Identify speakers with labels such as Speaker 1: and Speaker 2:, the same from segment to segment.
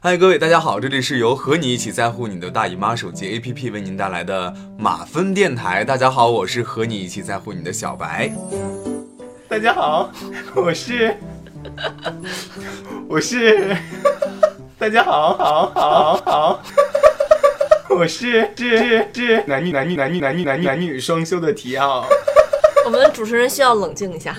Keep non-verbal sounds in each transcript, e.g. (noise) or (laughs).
Speaker 1: 嗨，各位大家好，这里是由和你一起在乎你的大姨妈手机 APP 为您带来的马分电台。大家好，我是和你一起在乎你的小白。
Speaker 2: 大家好，我是我是大家好好好好，我是是是是男女男女男女男女男女男女双修的提奥。
Speaker 3: (laughs) 我们的主持人需要冷静一下。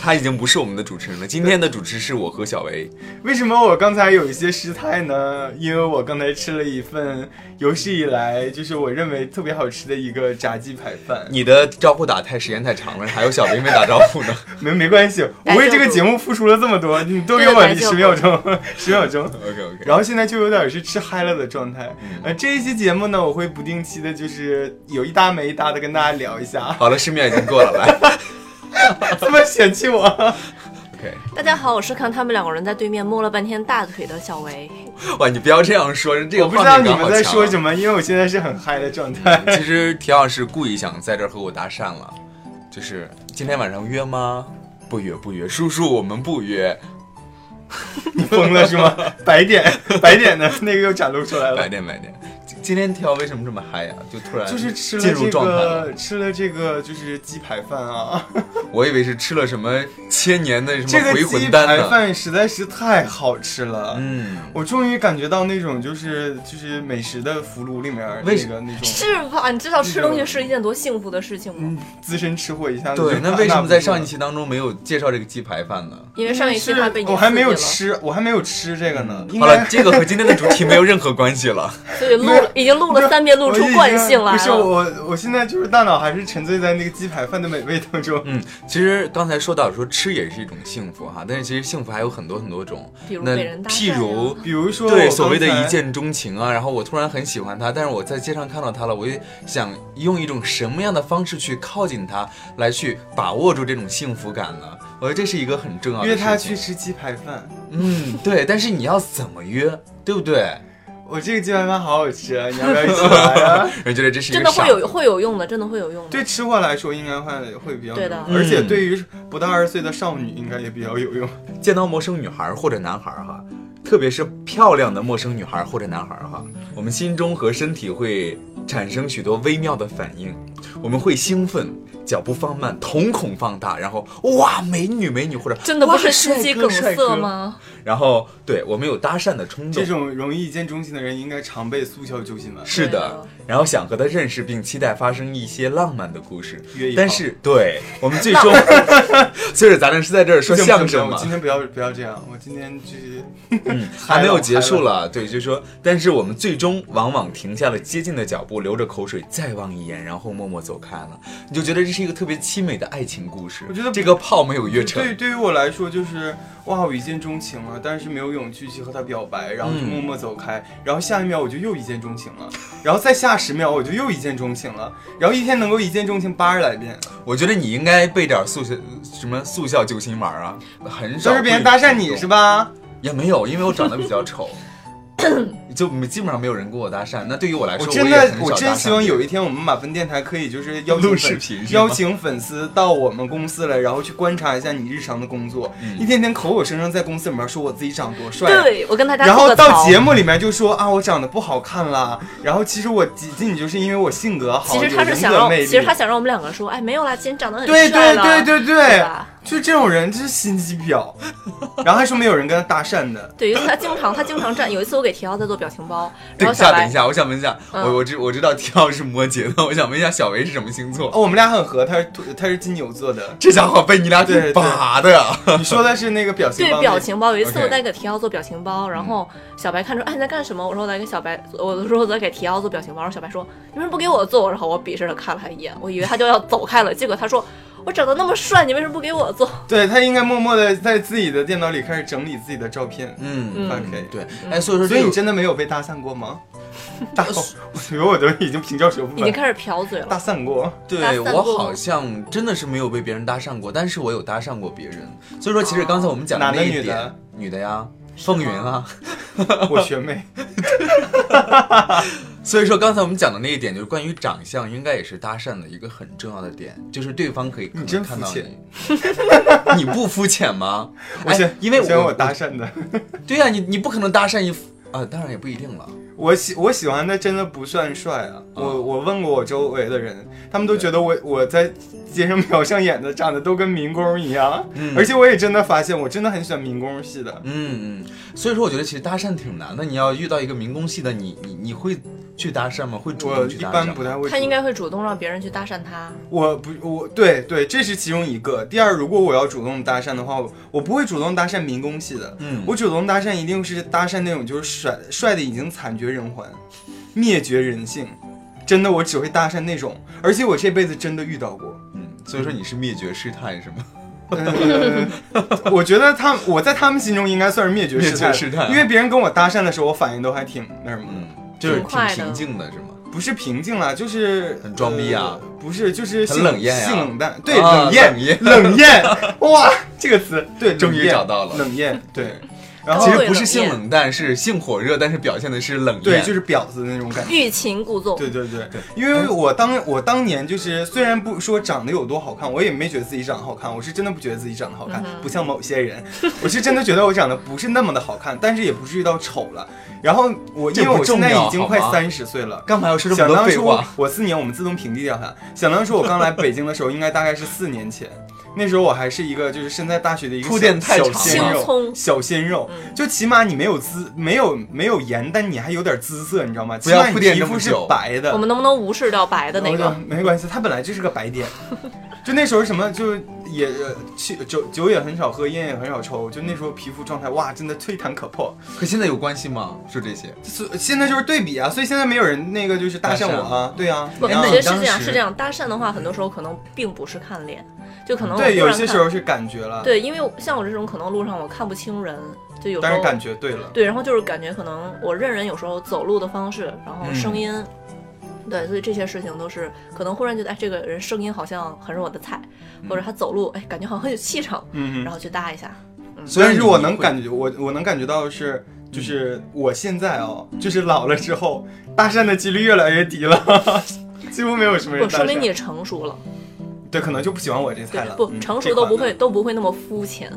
Speaker 1: 他已经不是我们的主持人了，今天的主持是我和小维。
Speaker 2: 为什么我刚才有一些失态呢？因为我刚才吃了一份有史以来就是我认为特别好吃的一个炸鸡排饭。
Speaker 1: 你的招呼打太时间太长了，还有小维没打招呼
Speaker 2: (laughs)
Speaker 1: 呢。
Speaker 2: 没没关系，我为这个节目付出了这么多，你多给我十秒钟，十秒钟。
Speaker 1: OK OK。
Speaker 2: 然后现在就有点是吃嗨了的状态。
Speaker 1: 嗯
Speaker 2: 呃，这一期节目呢，我会不定期的，就是有一搭没一搭的跟大家聊一下。 (laughs)
Speaker 1: 好了，十秒已经过了，来。
Speaker 2: 这么嫌弃我
Speaker 1: ？OK。
Speaker 3: 大家好，我是看他们两个人在对面摸了半天大腿的小维。
Speaker 1: (laughs) 哇，你不要这样说，这个
Speaker 2: 我不知道你们在说什么，因为我现在是很嗨的状态。
Speaker 1: 啊其实田老师故意想在这儿和我搭讪了，就是今天晚上约吗？不约不约，叔叔我们不约。
Speaker 2: 你疯了是吗？ (laughs) 白点白点的那个又展露出
Speaker 1: (laughs)
Speaker 2: 来了。
Speaker 1: 白点白点。今天条为什么这么嗨呀、啊？就突然
Speaker 2: 就是吃
Speaker 1: 了这
Speaker 2: 个吃了这个就是鸡排饭啊！
Speaker 1: 我以为是吃了什么千年的什么回魂
Speaker 2: 丹、啊。这个鸡排饭实在是太好吃了，
Speaker 1: 嗯，
Speaker 2: (laughs) 我终于感觉到那种就是就是美食的俘虏里面那个那种
Speaker 3: 是吧？你知道吃东西是一件多幸福的事情吗？嗯、
Speaker 2: 资深吃货一下子
Speaker 1: 对，那为什么在上一期当中没有介绍这个鸡排饭呢？
Speaker 3: 因为上一期他被
Speaker 2: 我还没有吃，我还没有吃这个呢。
Speaker 1: 好了，这个和今天的主题没有任何关系了，
Speaker 3: 所以录。已经录了三遍，录出惯性来了。
Speaker 2: 不
Speaker 3: 啊
Speaker 1: 啊
Speaker 2: 是我，我现在就是大脑还是沉醉在那个鸡排饭的美味当中。
Speaker 1: 嗯，其实刚才说到说吃也是一种幸福哈，但是其实幸福还有很多很多种，
Speaker 3: 比如
Speaker 1: 那
Speaker 3: 啊
Speaker 1: 譬如
Speaker 2: 比如说
Speaker 1: 对所谓的一见钟情啊，然后我突然很喜欢他，但是我在街上看到他了，我就想用一种什么样的方式去靠近他，来去把握住这种幸福感呢？我觉得这是一个很重要的。
Speaker 2: 约他去吃鸡排饭。
Speaker 1: 嗯，对，但是你要怎么约，对不对？
Speaker 2: 我这个鸡排饭好好吃，啊，你要不要一起来啊？ (laughs)
Speaker 1: 我觉得这是
Speaker 3: 真的会有会有用的，真的会有用的。
Speaker 2: 对吃货来说，应该会会比较
Speaker 3: 对的，
Speaker 2: 而且对于不到二十岁的少女，应该也比较有用。
Speaker 1: 嗯、见到陌生女孩或者男孩哈，特别是漂亮的陌生女孩或者男孩哈，我们心中和身体会产生许多微妙的反应，我们会兴奋。脚步放慢，瞳孔放大，然后哇，美女美女，或者
Speaker 3: 真的不是心肌梗塞吗？
Speaker 1: 然后对我们有搭讪的冲动，
Speaker 2: 这种容易一见钟情的人应该常被速效救心丸。
Speaker 1: 是的，然后想和他认识，并期待发生一些浪漫的故事。但是，对我们最
Speaker 2: (laughs)
Speaker 1: 终，所以咱俩是在这儿说相声嘛。
Speaker 2: 今天不要不要这样，我今天就是
Speaker 1: 嗯，还没有结束了。对，就是说，但是我们最终往往停下了接近的脚步，流着口水再望一眼，然后默默走开了。你就觉得这。是一个特别凄美的爱情故事。
Speaker 2: 我觉得
Speaker 1: 这个泡没有约成。
Speaker 2: 对，对于我来说，就是哇，我一见钟情了，但是没有勇气去和他表白，然后就默默走开。嗯、然后下一秒我就又一见钟情了，然后再下十秒我就又一见钟情了，然后一天能够一见钟情八十来遍。
Speaker 1: 我觉得你应该备点速效什么速效救心丸啊，很少。
Speaker 2: 都是别人搭讪你是吧？
Speaker 1: 也没有，因为我长得比较丑。 (coughs) 就基本上没有人跟我搭讪，那对于我来说，
Speaker 2: 我真的
Speaker 1: 我
Speaker 2: 真希望有一天我们马分电台可以
Speaker 1: (laughs)
Speaker 2: 就是邀请
Speaker 1: 视频，
Speaker 2: 邀请粉丝到我们公司来，然后去观察一下你日常的工作，
Speaker 1: 嗯、
Speaker 2: 一天天口口声声在公司里面说我自己长多帅，
Speaker 3: 对我跟大家，
Speaker 2: 然后到节目里面就说啊我长得不好看啦，然后其实我挤进你就是因为我性格好，
Speaker 3: 其实他是想让，其实他想让我们两个说，哎没有啦，今天长得很
Speaker 2: 对对对对
Speaker 3: 对。
Speaker 2: 对就这种人，就是心机婊，然后还说没有人跟他搭讪的。
Speaker 3: 对，因为他经常他经常站。有一次我给提奥在做表情包，然
Speaker 1: 等
Speaker 3: 后
Speaker 1: 一下，等一下，我想问一下，嗯、我我知我知道提奥是摩羯的，我想问一下小维是什么星座？
Speaker 2: 哦，我们俩很合，他是他是金牛座
Speaker 3: (laughs)
Speaker 2: 的。
Speaker 1: 这家伙被你俩给拔的呀！
Speaker 2: 你说的是那嗯个表情
Speaker 3: 包？对，表情包。有一次我在给提奥做表情包，然后小白看出，哎你在干什么？我说我在给小白，我说我在给提奥做表情包。然后小白说你为什么不给我做？然后我鄙视他看了他一眼，我以为他就要走开了，结果他说。我长得那么帅，你为什么不给我做？
Speaker 2: 对他应该默默的在自己的电脑里开始整理自己的照片。
Speaker 1: 嗯
Speaker 2: ，OK，
Speaker 1: 对，哎，所以说，
Speaker 2: 所以你真的没有被搭讪过
Speaker 3: (laughs)
Speaker 2: 吗？大，我觉得我都已经平翘舌不
Speaker 3: 已经开始瓢嘴了。
Speaker 2: (laughs) 搭讪过，
Speaker 1: 对我好像真的是没有被别人搭讪过，但是我有搭讪过别人。所以说，其实刚才我们啊讲的那一点，女的呀，凤云啊， (laughs)
Speaker 2: 我学
Speaker 3: (laughs)
Speaker 2: 妹。
Speaker 3: 哎
Speaker 1: 所以说，刚才我们讲的那一点，就是关于长相，应该也是搭讪的一个很重要的点，就是对方可以
Speaker 2: 你真
Speaker 1: 看到你， (laughs) 你不肤浅吗？哎
Speaker 2: 我先，
Speaker 1: 因为
Speaker 2: 我我搭讪的，
Speaker 1: 对呀、啊，你你不可能搭讪一啊，当然也不一定了。
Speaker 2: 我喜我喜欢的真的不算帅啊，我我问过我周围的人，他们都觉得我我在街上秒上演的长得都跟民工一样，
Speaker 1: 嗯
Speaker 2: 而且我也真的发现我真的很喜欢民工系的，
Speaker 1: 嗯嗯，所以说我觉得其实搭讪挺难的。你要遇到一个民工系的，你你你会去搭讪吗？会主
Speaker 2: 我
Speaker 1: 动去
Speaker 2: 一
Speaker 1: 搭
Speaker 2: 般
Speaker 1: 讪
Speaker 2: 不
Speaker 1: 吗？
Speaker 2: 太会。
Speaker 3: 他应该会主动让别人去搭讪他。
Speaker 2: 我不我对对，这是其中一个。第二，如果我要主动搭讪的话，我我不会主动搭讪民工系的，
Speaker 1: 嗯
Speaker 2: 我主动搭讪一定是搭讪那种就是帅帅的已经惨绝人寰，灭绝人性。真的，我只会搭讪那种，而且我这辈子真的遇到过。
Speaker 1: 嗯，所以说你是灭绝师太是吗？
Speaker 2: 呃 (laughs) 我觉得他们，我在他们心中应该算是灭绝师
Speaker 1: 灭
Speaker 2: 太，
Speaker 1: 绝师太啊
Speaker 2: 因为别人跟我搭讪的时候，我反应都还挺那什么的，
Speaker 1: (laughs) 嗯，就是
Speaker 3: 挺
Speaker 1: 挺
Speaker 3: 快的
Speaker 1: 平静的是吗？
Speaker 2: 不是平静啦，就是
Speaker 1: 很装逼啊
Speaker 2: 呃不是，就是
Speaker 1: 很
Speaker 2: 性
Speaker 1: 冷艳啊
Speaker 2: 性冷淡，对，
Speaker 1: 啊
Speaker 2: 冷艳
Speaker 1: 冷，艳
Speaker 2: 冷艳，哇，这个词，对，
Speaker 1: 终于
Speaker 2: 冷艳
Speaker 1: 找到了
Speaker 2: 冷艳，对，然后
Speaker 1: 其
Speaker 3: 对
Speaker 1: 实不是
Speaker 3: 冷
Speaker 1: 性
Speaker 3: 艳
Speaker 1: 冷淡，是性火热，但是表现的是冷艳。
Speaker 2: 对，就是婊子的那种感觉。
Speaker 3: 欲擒故纵，
Speaker 2: 对对对，因为我当我当年就是虽然不说长得有多好看，我也没觉得自己长得好看，我是真的不觉得自己长得好看，不像某些人，我是真的觉得我长得不是那么的好看，但是也不至于到丑了。然后我
Speaker 1: 这
Speaker 2: 因为我
Speaker 1: 不
Speaker 2: 现
Speaker 1: 重
Speaker 2: 在
Speaker 1: 要
Speaker 2: 已经快
Speaker 1: 好吗
Speaker 2: 三十岁了。
Speaker 1: 干嘛要说这么
Speaker 2: 想
Speaker 1: 多
Speaker 2: 当
Speaker 1: 废
Speaker 2: 初
Speaker 1: 话？
Speaker 2: 我四年，我们自动屏蔽掉他。想当初我刚来北京的时候，应该大概是四年前，那时候我还是一个就是身在大学的一个
Speaker 1: 铺垫太
Speaker 2: 小
Speaker 1: 长了
Speaker 2: 鲜
Speaker 3: 青
Speaker 2: 肉，
Speaker 3: 葱嗯
Speaker 2: 小鲜肉，就起码你没有姿，没有没有颜，但你还有点姿色，你知道吗？
Speaker 1: 不要
Speaker 2: 起码你
Speaker 1: 铺垫
Speaker 2: 皮
Speaker 1: 这么
Speaker 2: 肤是
Speaker 1: 久
Speaker 2: 白的，
Speaker 3: 我们能不能无视掉白的那
Speaker 2: 然后
Speaker 3: 个
Speaker 2: 就？没关系，他本来就是个白点。就那时候什么，就也呃去酒酒也很少喝，烟也很少抽，就那时候皮肤状态哇，真的吹弹可破。
Speaker 1: 可现在有关系吗？就这些。
Speaker 2: 所现在就是对比啊，所以现在没有人那个就是搭
Speaker 1: 搭
Speaker 2: 讪
Speaker 1: 讪
Speaker 2: 我啊，对啊，
Speaker 3: 不，
Speaker 2: 你
Speaker 3: 我
Speaker 2: 啊
Speaker 1: 那
Speaker 3: 觉
Speaker 1: 你
Speaker 3: 得是
Speaker 1: 当
Speaker 3: 这样，
Speaker 1: 时
Speaker 3: 是这样。搭讪的话，很多时候可能并不是看脸，就可能我
Speaker 2: 对，
Speaker 3: 突
Speaker 2: 有
Speaker 3: 然
Speaker 2: 些
Speaker 3: 看
Speaker 2: 时候是感觉了，
Speaker 3: 对，因为像我这种可能路上我看不清人，就有时
Speaker 2: 但
Speaker 3: 候
Speaker 2: 是感觉对了。
Speaker 3: 对，然后就是感觉可能我认人有时候走路的方式，然
Speaker 2: 嗯
Speaker 3: 后声音，对，所以这些事情都是可能忽然觉得，哎，这个人声音好像很是我的菜，或者他走路，哎，感觉好像很有气场，
Speaker 2: 嗯
Speaker 3: 然后去搭一下。
Speaker 1: 虽然
Speaker 2: 但是我能
Speaker 1: 觉，
Speaker 2: 感觉，我我能感觉到是，
Speaker 3: 嗯
Speaker 2: 就是我现在哦，就是老了之后，搭讪的几率越来越低了， (laughs) 几乎没有什么人
Speaker 3: 不，
Speaker 2: 搭讪。
Speaker 3: 说明你成熟了，
Speaker 2: 对，可能就不喜欢我这
Speaker 3: 对
Speaker 2: 菜，了。
Speaker 3: 不
Speaker 2: 嗯
Speaker 3: 成
Speaker 2: 这
Speaker 3: 熟都不
Speaker 2: 款
Speaker 3: 会
Speaker 2: 的
Speaker 3: 都不会那么肤浅，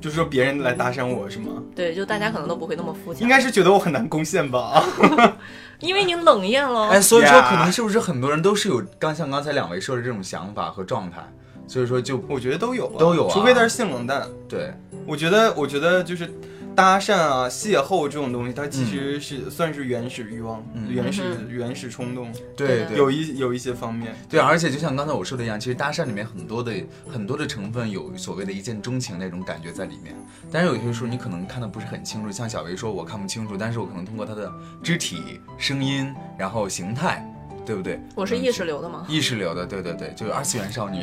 Speaker 2: 就是说别人来搭讪我是吗？
Speaker 3: 对，就大家可能都不会那么肤
Speaker 2: 应
Speaker 3: 浅，
Speaker 2: 该是觉得我很难攻陷吧？ (laughs)
Speaker 3: 因为你冷艳了。
Speaker 1: 哎，所以说
Speaker 2: 呀
Speaker 1: 可能是不是很多人都是有刚像刚才两位说的这种想法和状态，所以说就
Speaker 2: 我觉得都有、啊，
Speaker 1: 都有啊
Speaker 2: 除非他是性冷淡。
Speaker 1: 对，
Speaker 2: 我觉得，我觉得就是搭讪啊、邂逅这种东西，它其实是、算是原始欲望、
Speaker 1: 嗯
Speaker 2: 原始、
Speaker 3: 嗯
Speaker 2: 原始冲动，
Speaker 1: 对
Speaker 3: 对
Speaker 1: 对，
Speaker 2: 有一有一些方面。
Speaker 1: 对，而且就像刚才我说的一样，其实搭讪里面很多的很多的成分有所谓的一见钟情那种感觉在里面，但是有些时候你可能看的不是很清楚，像小维说我看不清楚，但是我可能通过他的肢体、声音，然后形态，对不对？
Speaker 3: 我是
Speaker 1: 嗯
Speaker 3: 意识流的嘛，
Speaker 1: 意识流的，对对对，就是二次元少女。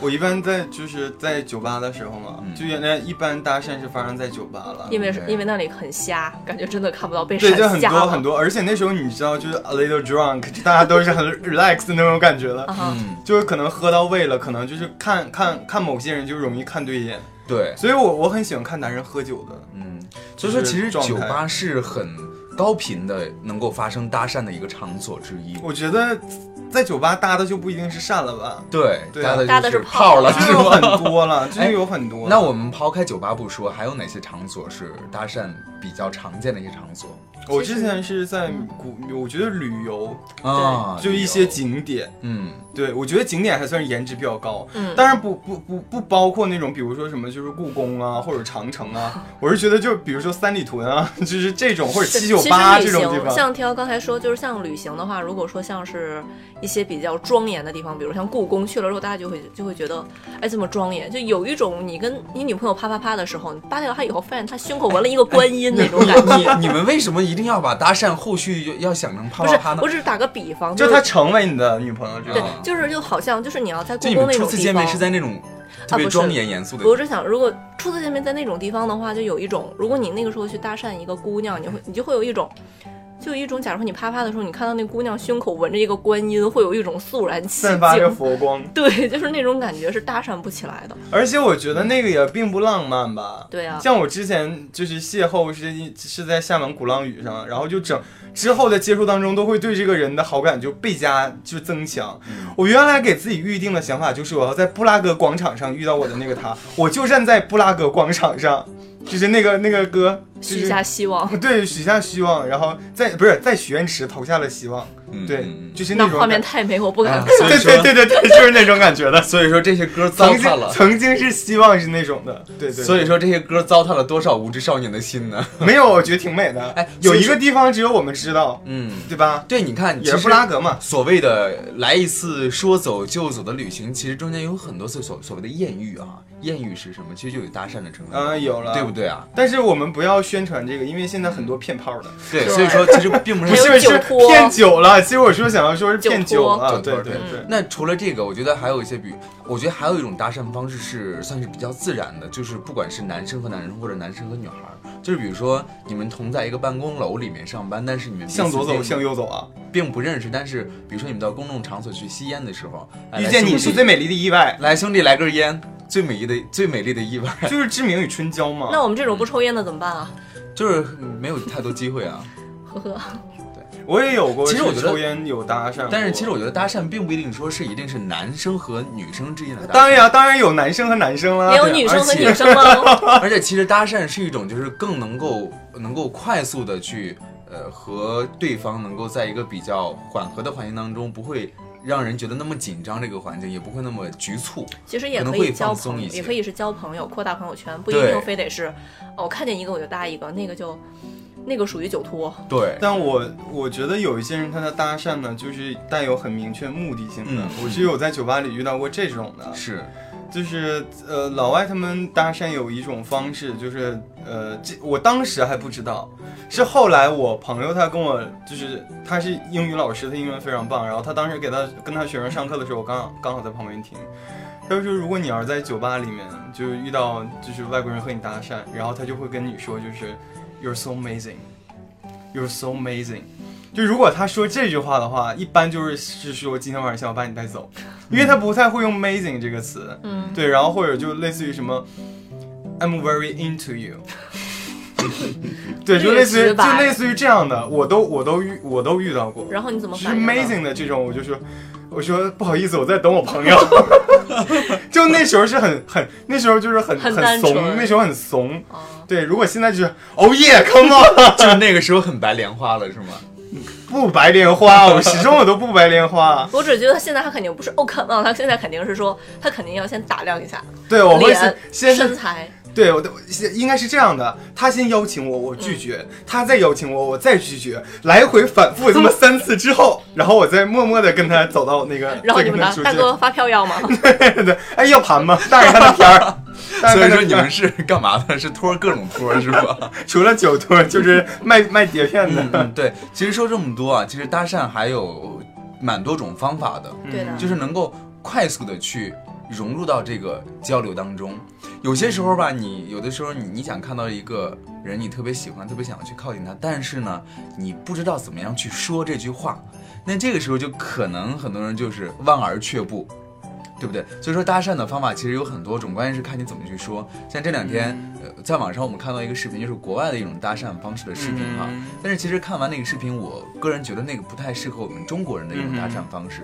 Speaker 2: 我一般在就是在酒吧的时候嘛，
Speaker 1: 嗯
Speaker 2: 就原来一般搭讪是发生在酒吧了。
Speaker 3: 因为是
Speaker 1: OK
Speaker 3: 因为那里很瞎，感觉真的看不到被
Speaker 2: 嗯对，就
Speaker 3: 闪
Speaker 2: 很
Speaker 3: 瞎
Speaker 2: 多
Speaker 3: 了
Speaker 2: 很多，而且那时候你知道，就是 a little drunk，就大家都是很 relax 的那种感觉了，
Speaker 3: (laughs) 啊哈。
Speaker 1: 嗯，
Speaker 2: 就是可能喝到位了，可能就是看看看某些人就容易看对眼，
Speaker 1: 对，
Speaker 2: 所以我我很喜欢看男人喝酒的。
Speaker 1: 嗯，所以说其实
Speaker 2: 就是
Speaker 1: 酒
Speaker 2: 状态
Speaker 1: 吧是很高频的能够发生搭讪的一个场所之一。
Speaker 2: 我觉得在酒吧搭的就不一定是善了吧，
Speaker 1: 对，
Speaker 2: 对啊
Speaker 1: 搭的
Speaker 3: 搭
Speaker 1: 就
Speaker 3: 的
Speaker 1: 是
Speaker 3: 是泡
Speaker 1: 泡了，
Speaker 2: 就是是
Speaker 3: (laughs)
Speaker 2: 有
Speaker 1: 吗？哎
Speaker 2: 很
Speaker 1: (laughs)
Speaker 2: 多了，真的有很多。
Speaker 1: 那我们抛开酒吧不说，还有哪些场所是搭讪比较常见的一些场所
Speaker 2: 我之前是在古，我觉得旅游
Speaker 1: 啊？
Speaker 2: 就
Speaker 1: 旅
Speaker 2: 一
Speaker 1: 游
Speaker 2: 些景点，
Speaker 1: 嗯
Speaker 2: 对我觉得景点还算是颜值比较高，
Speaker 3: 嗯
Speaker 2: 当然不不不不包括那种，比如说什么就是故宫
Speaker 3: (laughs)
Speaker 2: 啊或者长城啊，我是觉得就比如说三里屯啊， (laughs) 就是这种或者
Speaker 3: 是
Speaker 2: 七九八
Speaker 3: 其
Speaker 2: 这
Speaker 3: 实旅
Speaker 2: 种
Speaker 3: 行
Speaker 2: 地方，
Speaker 3: 像挑刚才说，就是像旅行的话，如果说像是一些比较庄严的地方，比如像故宫去了之后，大家就会就会觉得，哎，这么庄严，就有一种你跟你女朋友啪啪啪的时候，你扒掉她以后，发现她胸口纹了一个
Speaker 2: 哎
Speaker 3: 观音那种感觉。
Speaker 1: 你你们为什么一定要把搭讪后续要想成啪
Speaker 3: 不
Speaker 1: 啪
Speaker 3: 是
Speaker 1: 啪，呢
Speaker 3: 我？只是打个比方，
Speaker 2: 就是她成为你的女朋友之
Speaker 3: 对
Speaker 2: 后，，
Speaker 3: 就是就好像就是你要在故
Speaker 1: 就你
Speaker 3: 宫
Speaker 1: 们
Speaker 3: 那
Speaker 1: 初
Speaker 3: 种
Speaker 1: 次
Speaker 3: 地
Speaker 1: 见
Speaker 3: 方啊
Speaker 1: 面。是在那种特别
Speaker 3: 不是
Speaker 1: 庄严严肃的，
Speaker 3: 我是想，如果初次见面在那种地方的话，就有一种，如果你那个时候去搭讪一个姑娘，你会你就会有一种，就有一种，假如说你啪啪的时候，你看到那姑娘胸口纹着一个观音，会有一种肃然起
Speaker 2: 散发着
Speaker 3: 敬。
Speaker 2: 佛光，
Speaker 3: 对，就是那种感觉是搭讪不起来的。
Speaker 2: 而且我觉得那个也并不浪漫吧。
Speaker 3: 对啊，
Speaker 2: 像我之前就是邂逅是一是在厦门鼓浪屿上，然后就整之后的接触当中都会对这个人的好感就倍加就增强。我原来给自己预定的想法就是我要在布拉格广场上遇到我的那个他，我就站在布拉格广场上。就是那个那个歌，就
Speaker 3: 许
Speaker 2: 是
Speaker 3: 下希望。
Speaker 2: 对许下希望，然后在不是在许愿池投下了希望，
Speaker 1: 嗯
Speaker 2: 对
Speaker 1: 嗯，嗯
Speaker 2: 就是
Speaker 3: 那
Speaker 2: 种
Speaker 3: 画面
Speaker 2: 感
Speaker 3: 太美，我不敢
Speaker 1: 啊
Speaker 3: 看。
Speaker 1: 所以
Speaker 2: 对
Speaker 1: 说，
Speaker 2: 对对对对，就是那种感
Speaker 1: (laughs)
Speaker 2: 觉的。
Speaker 1: 所以说这些歌糟
Speaker 2: 曾
Speaker 1: 蹋
Speaker 2: 经
Speaker 1: 了，
Speaker 2: 曾经是希望是那种的，对对。
Speaker 1: 所
Speaker 2: 以
Speaker 1: 以说这些歌糟蹋了多少无知少年的心呢？
Speaker 2: 没有，我觉得挺美的。
Speaker 1: 哎
Speaker 2: 有
Speaker 1: 所以
Speaker 2: 一
Speaker 1: 说
Speaker 2: 个地方只有我们知道，
Speaker 1: (laughs) 嗯，
Speaker 2: 对吧？
Speaker 1: 对，你看，
Speaker 2: 也是
Speaker 1: 其实
Speaker 2: 布拉格嘛。
Speaker 1: 所谓的来一次说走就走的旅行，其实中间有很多次所所谓的艳遇啊。艳遇是什么？其实就有搭讪的成分，
Speaker 2: 嗯，有了，
Speaker 1: 对不对啊？
Speaker 2: 但是我们不要宣传这个，因为现在很多骗炮的，
Speaker 1: 对，
Speaker 3: 对
Speaker 1: 所以说其实并不
Speaker 2: (laughs) 不
Speaker 1: 是
Speaker 3: 还
Speaker 2: 是
Speaker 3: 有酒
Speaker 2: 是
Speaker 3: 托
Speaker 2: 骗酒了。其实我说想要说是骗
Speaker 3: 酒
Speaker 2: 酒
Speaker 3: 托
Speaker 2: 了，
Speaker 1: 酒
Speaker 2: 对
Speaker 1: 托
Speaker 2: 对
Speaker 1: 对
Speaker 2: 对。
Speaker 1: 那除了这个，我觉得还有一些比，我觉得还有一种搭讪方式是算是比较自然的，就是不管是男生和男生或者男生和女孩儿，就是比如说你们同在一个办公楼里面上班，但是你们彼此
Speaker 2: 向左走，
Speaker 1: 并
Speaker 2: 向右走啊！
Speaker 1: 并不认识，但是比如说你们到公众场所去吸烟的时候，哎
Speaker 2: 遇见你是最，
Speaker 1: 来兄
Speaker 2: 美丽的意外
Speaker 1: 弟，来兄弟来根烟，最美丽的最美丽的意外， (laughs)
Speaker 2: 就是《志明与春娇》嘛。
Speaker 3: 那我们这种不抽烟的怎么办啊？
Speaker 1: 就是没有太多机会啊。
Speaker 3: 呵呵，
Speaker 2: 我也有过，
Speaker 1: 其实我觉得
Speaker 2: 抽烟有搭讪过，
Speaker 1: 但是其实我觉得搭讪并不一定说是一定是男生和女生之间的搭讪，
Speaker 2: 当然啊，当然有男生和男生啦，
Speaker 3: 没有
Speaker 2: 对啊
Speaker 3: 女
Speaker 1: 啊而
Speaker 3: 生和
Speaker 1: 且
Speaker 3: 女
Speaker 1: (laughs)
Speaker 3: 生吗？
Speaker 1: 而且其实搭讪是一种，就是更能够能够快速的去呃和对方能够在一个比较缓和的环境当中，不会让人觉得那么紧张，这个环境也不会那么局促。
Speaker 3: 其实也
Speaker 1: 可能
Speaker 3: 可
Speaker 1: 会
Speaker 3: 以交
Speaker 1: 放松
Speaker 3: 朋
Speaker 1: 一
Speaker 3: 友，
Speaker 1: 些
Speaker 3: 也可以是交朋友，扩大朋友圈，不一
Speaker 1: 对
Speaker 3: 定非得是哦，我看见一个我就搭一个，那个就那个属于酒托。
Speaker 1: 对，
Speaker 2: 但我我觉得有一些人他的搭讪呢，就是带有很明确目的性的。
Speaker 1: 嗯
Speaker 2: 我是有在酒吧里遇到过这种的，
Speaker 1: 是，
Speaker 2: 就是呃老外他们搭讪有一种方式，就是呃这我当时还不知道，是后来我朋友他跟我就是他是英语老师，他英文非常棒，然后他当时给他跟他学生上课的时候，我刚好刚好在旁边听。他就说，如果你要是在酒吧里面就是遇到就是外国人和你搭讪，然后他就会跟你说就是 You're so amazing, You're so amazing。就如果他说这句话的话，一般就是是说今天晚上想把你带走，因为他不太会用 amazing 这个词。
Speaker 3: 嗯，
Speaker 2: 对，然后或者就类似于什么，I'm very into you，对，就类似于
Speaker 3: 直白
Speaker 2: 就类似于这样的，我都我都遇我都遇到过，
Speaker 3: 然后你怎么
Speaker 2: 是
Speaker 3: 反应呢？
Speaker 2: amazing 的这种，我就说。我说不好意思，我在等我朋友。 (laughs) 就那时候是很很，那时候就是很
Speaker 3: 很单
Speaker 2: 怂，
Speaker 3: 纯
Speaker 2: 那时候很怂。
Speaker 3: 啊，
Speaker 2: 对，如果现在就是哦耶，come on， (laughs)
Speaker 1: 就是那个时候很白莲花了，是吗？
Speaker 2: 不白莲花，我始终我都不白莲花。
Speaker 3: 我只觉得现在他肯定不是哦，肯啊，他现在肯定是说他肯定要先打量一下
Speaker 2: 对，我会
Speaker 3: 脸、
Speaker 2: 先是
Speaker 3: 身材，
Speaker 2: 对，我的应该是这样的，他先邀请我，我拒绝，
Speaker 3: 嗯
Speaker 2: 他再邀请我，我再拒绝，来回反复这么三次之后，然后我再默默的跟他走到那个，
Speaker 3: 然后
Speaker 2: 再
Speaker 3: 你
Speaker 2: 跟
Speaker 3: 们
Speaker 2: 他
Speaker 3: 大
Speaker 2: 出
Speaker 3: 大
Speaker 2: 去，
Speaker 3: 哥发票要吗？
Speaker 2: 对 (laughs) 对，哎，要盘吗？大人看的
Speaker 1: (laughs)
Speaker 2: 片儿，大
Speaker 1: 所以
Speaker 2: 人看的
Speaker 1: 说你
Speaker 2: 片儿
Speaker 1: 们是干嘛的？是托儿各种托儿是吧？
Speaker 2: 除了酒托，就是卖卖碟片的，
Speaker 1: (laughs) 嗯嗯，对。其实说这么多啊，其实搭讪还有蛮多种方法的。
Speaker 3: 对的
Speaker 1: 就是能够快速的去融入到这个交流当中。有些时候吧，你有的时候你你想看到一个人，你特别喜欢，特别想要去靠近他，但是呢，你不知道怎么样去说这句话，那这个时候就可能很多人就是望而却步。对不对？所以说搭讪的方法其实有很多种，关键是看你怎么去说。像这两天，呃，在网上我们看到一个视频，就是国外的一种搭讪方式的视频哈、
Speaker 2: 嗯
Speaker 1: 但是其实看完那个视频，我个人觉得那个不太适合我们中国人的一种搭讪方式。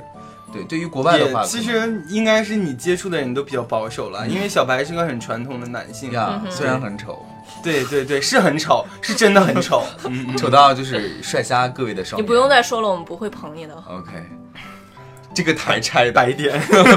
Speaker 1: 对，对于国外的话，嗯
Speaker 2: 嗯也其实应该是你接触的人都比较保守了，因为小白是个很传统的男性。
Speaker 1: 呀
Speaker 3: 嗯，哼
Speaker 1: 虽然很丑，
Speaker 2: 对对对，是很丑，是真的很
Speaker 1: (laughs)
Speaker 2: 丑。嗯
Speaker 1: 丑到就是帅瞎各位的少
Speaker 3: 你
Speaker 1: 年。
Speaker 3: 不用再说了，我们不会捧你的。
Speaker 1: OK，这个台拆的
Speaker 2: 白点，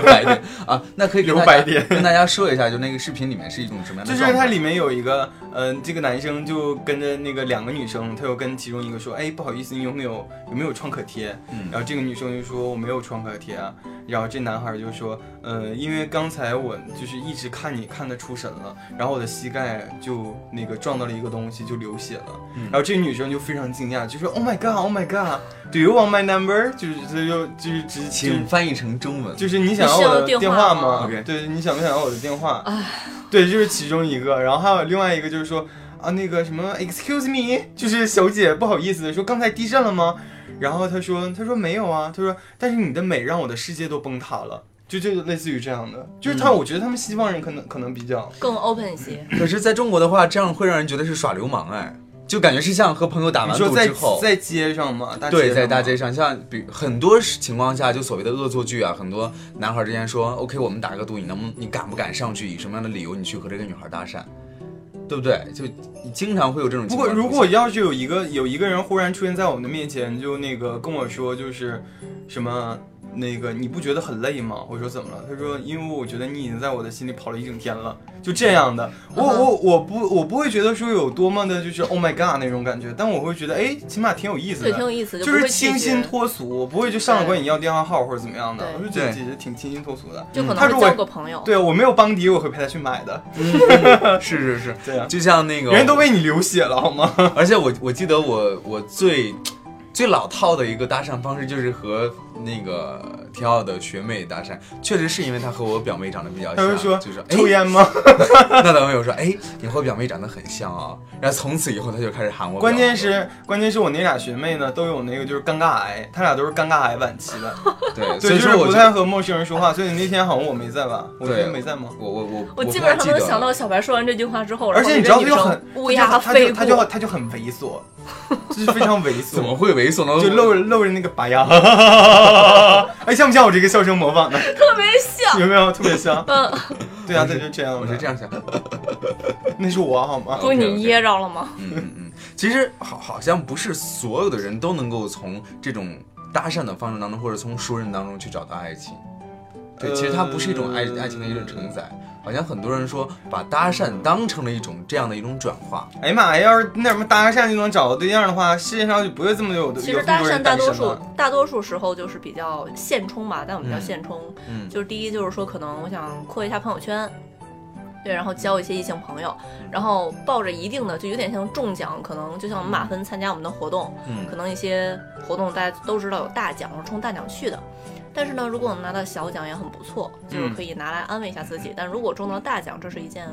Speaker 1: 白点啊，那可以跟大
Speaker 2: 留
Speaker 1: 家
Speaker 2: 白点
Speaker 1: 跟大家说一下，就那个视频里面是一种什么样
Speaker 2: 就
Speaker 1: 的
Speaker 2: 是
Speaker 1: 状态？
Speaker 2: 它里面有一个，嗯、这个男生就跟着那个两个女生，他又跟其中一个说，哎，不好意思，你有没有有没有创可贴？
Speaker 1: 嗯
Speaker 2: 然后这个女生就说我没有创可贴啊。然后这男孩就说，呃，因为刚才我就是一直看你看的出神了，然后我的膝盖就那个撞到了一个东西，就流血了。
Speaker 1: 嗯
Speaker 2: 然后这个女生就非常惊讶，就说 Oh my God, Oh my God, Do you want my number？就是这就就是直
Speaker 1: 请翻译成中文。
Speaker 2: 就是你想要我
Speaker 3: 你需
Speaker 2: 的
Speaker 3: 要
Speaker 2: 电
Speaker 3: 电
Speaker 2: 话
Speaker 3: 话
Speaker 2: 吗
Speaker 3: 吗
Speaker 1: OK
Speaker 2: 对，你想不想要我的电话？对，这、是其中一个，然后还有另外一个就是说啊，那个什么，excuse me，就是小姐不好意思说刚才地震了吗？然后她说她说没有啊，她说但是你的美让我的世界都崩塌了，就就类似于这样的，就是
Speaker 1: 嗯
Speaker 2: 他，我觉得他们西方人可能可能比较，
Speaker 3: 更 open 一些，
Speaker 2: 嗯
Speaker 1: 可是在中国的话，这样会让人觉得是耍流氓哎，就感觉是像和朋友打
Speaker 2: 你
Speaker 1: 完
Speaker 2: 说
Speaker 1: 赌
Speaker 2: 在
Speaker 1: 之后，
Speaker 2: 在街上嘛，大街
Speaker 1: 对，
Speaker 2: 上
Speaker 1: 在大
Speaker 2: 嘛
Speaker 1: 街上，像比很多情况下，就所谓的恶作剧啊，很多男孩之间说，OK，我们打个赌，你能不你敢不敢上去，以什么样的理由你去和这个女孩搭讪？对不对？就经常会有这种
Speaker 2: 不
Speaker 1: 情
Speaker 2: 过
Speaker 1: 况出现。
Speaker 2: 如果要是有一个有一个人忽然出现在我们的面前，就那个跟我说就是什么那个你不觉得很累吗？我说怎么了？他说因为我觉得你已经在我的心里跑了一整天了，就这样的。我
Speaker 3: 嗯哼
Speaker 2: 我我不我不会觉得说有多么的就是 Oh my God 那种感觉，但我会觉得哎，起码挺有意思
Speaker 3: 对，挺
Speaker 2: 的。
Speaker 3: 有意思，
Speaker 2: 就
Speaker 3: 不
Speaker 2: 是
Speaker 3: 会拒
Speaker 2: 清新
Speaker 3: 绝，
Speaker 2: 脱俗，我不会就上来
Speaker 3: 对
Speaker 2: 管你要电话号或者怎么样的
Speaker 3: 对，
Speaker 2: 我就觉得
Speaker 1: 对
Speaker 2: 其实挺清新脱俗的。
Speaker 3: 就可
Speaker 2: 他
Speaker 3: 能
Speaker 2: 如
Speaker 3: 会
Speaker 2: 果
Speaker 3: 交个朋友。
Speaker 2: 对我没有邦迪，我会陪他去买的。 (laughs)
Speaker 1: 是是是，
Speaker 2: 对啊，
Speaker 1: 就像那个
Speaker 2: 人都为你流血了好吗？
Speaker 1: 而且我我记得我我最最老套的一个搭讪方式就是和那个挺好的学妹搭讪，确实是因为她和我表妹长得比较像，
Speaker 2: 他会说
Speaker 1: 就是
Speaker 2: 抽
Speaker 1: 哎，
Speaker 2: 烟吗？
Speaker 1: 那男朋友说哎，你和我表妹长得很像啊，然后从此以后她就开始喊我表妹，
Speaker 2: 关键是，关键是我那俩学妹呢，都有那个就是尴尬癌，她俩都是尴尬癌晚
Speaker 1: (laughs)
Speaker 2: 期的，
Speaker 1: 对，所
Speaker 2: 对，
Speaker 1: 以
Speaker 2: 就是
Speaker 1: 说我
Speaker 2: 不
Speaker 1: 就
Speaker 2: 太和陌生人说话。所以那天好像我没在吧？我
Speaker 1: 对
Speaker 2: 是没在吗？
Speaker 1: 我我我
Speaker 3: 我
Speaker 1: 不
Speaker 3: 基本
Speaker 1: 太
Speaker 3: 上
Speaker 1: 记
Speaker 3: 能
Speaker 1: 得
Speaker 3: 想
Speaker 1: 了
Speaker 3: 到小白说完这句话之后，
Speaker 2: 啊而且你知道
Speaker 3: 然后那个
Speaker 2: 就
Speaker 3: 女生
Speaker 2: 很
Speaker 3: 乌鸦
Speaker 2: 她就
Speaker 3: 飞
Speaker 2: 她就她就
Speaker 3: 过，
Speaker 2: 她就很猥琐，就是非常
Speaker 1: (laughs)
Speaker 2: 猥
Speaker 1: 怎么
Speaker 2: 琐，
Speaker 1: 会猥琐呢？
Speaker 2: 就露着露着那个
Speaker 1: (laughs)
Speaker 2: 白牙， (laughs) 哎，像不像我这个笑声模仿的？
Speaker 3: 特别像。
Speaker 2: (laughs) 有没有特别
Speaker 1: (laughs)
Speaker 2: 像？
Speaker 3: 嗯，
Speaker 2: 对啊，对，就这样的。
Speaker 1: 我是这样想，嗯
Speaker 2: 那是我好吗？
Speaker 3: 不是
Speaker 1: OK，OK
Speaker 3: 你噎着了吗？
Speaker 1: 嗯嗯，其实好好像不是所有的人都能够从这种搭讪的方式当中，或者从熟人当中去找到爱情。对，其实它不是一种爱
Speaker 2: 呃
Speaker 1: 爱情的一种承载，好像很多人说把搭讪当成了一种这样的一种转化。
Speaker 2: 哎呀妈呀！要是那什么搭讪就能找到对象的话，世界上就不会这么有有
Speaker 3: 其
Speaker 2: 这
Speaker 3: 实
Speaker 2: 么
Speaker 3: 搭
Speaker 2: 多
Speaker 3: 讪
Speaker 2: 人
Speaker 3: 大
Speaker 2: 单
Speaker 3: 多
Speaker 2: 身
Speaker 3: 数
Speaker 2: 了。
Speaker 3: 大多数时候就是比较现充吧，但我们叫
Speaker 1: 嗯
Speaker 3: 现充，
Speaker 1: 嗯，
Speaker 3: 就是第一就是说可能我想扩一下朋友圈，对，然后交一些异性朋友，然后抱着一定的就有点像中奖，可能就像我们马芬参加我们的活动，
Speaker 1: 嗯
Speaker 3: 可能一些活动大家都知道有大奖，是冲大奖去的。但是呢，如果能拿到小奖也很不错，就是
Speaker 2: 嗯
Speaker 3: 可以拿来安慰一下自己。但如果中到大奖，这是一件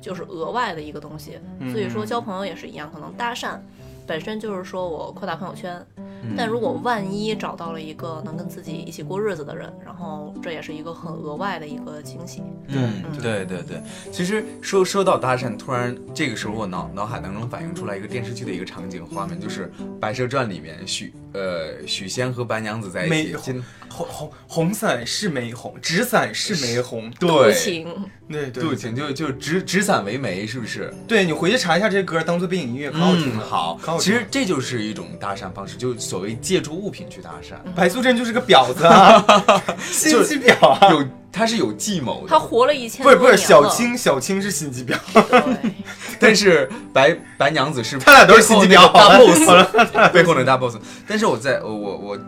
Speaker 3: 就是额外的一个东西。所以说
Speaker 2: 嗯
Speaker 3: 交朋友也是一样，可能搭讪本身就是说我扩大朋友圈，
Speaker 1: 嗯
Speaker 3: 但如果万一找到了一个能跟自己一起过日子的人，然后这也是一个很额外的一个惊喜。
Speaker 1: 嗯，对对对。其实说说到搭讪，突然这个时候我脑脑海当中反映出来一个电视剧的一个场景画面，就是《白蛇传》里面许呃许仙和白娘子在一
Speaker 2: 没
Speaker 1: 起
Speaker 2: 有，
Speaker 1: 今
Speaker 2: 红红红伞是玫红，纸伞是玫红。
Speaker 3: 不
Speaker 1: 对
Speaker 3: 情，
Speaker 2: 对
Speaker 1: 对，
Speaker 2: 对
Speaker 1: 请就就纸纸伞为媒，是不是？
Speaker 2: 对，你回去查一下这歌，当做背景音乐，可好听
Speaker 1: 嗯
Speaker 2: 了。
Speaker 1: 好
Speaker 2: 可好
Speaker 1: 其
Speaker 2: 听了
Speaker 1: 实这就是一种搭讪方式，就是所谓借助物品去搭讪，
Speaker 2: 白素贞就是个婊子 (laughs) 啊，心机婊啊。
Speaker 1: 有它是有计谋
Speaker 3: 他
Speaker 1: 的。
Speaker 3: 活了一千
Speaker 2: 不是
Speaker 3: 多年
Speaker 2: 不是，
Speaker 3: 了。
Speaker 2: 小青小青是心机婊， (laughs)
Speaker 3: 对，
Speaker 1: (laughs) 但是白白娘子是
Speaker 2: 他俩都是心机
Speaker 1: 背后
Speaker 2: 婊。
Speaker 1: 那个大
Speaker 2: (laughs) 好了
Speaker 1: boss，
Speaker 2: 好了，
Speaker 1: (laughs) 背后的大 boss。但是我在我我我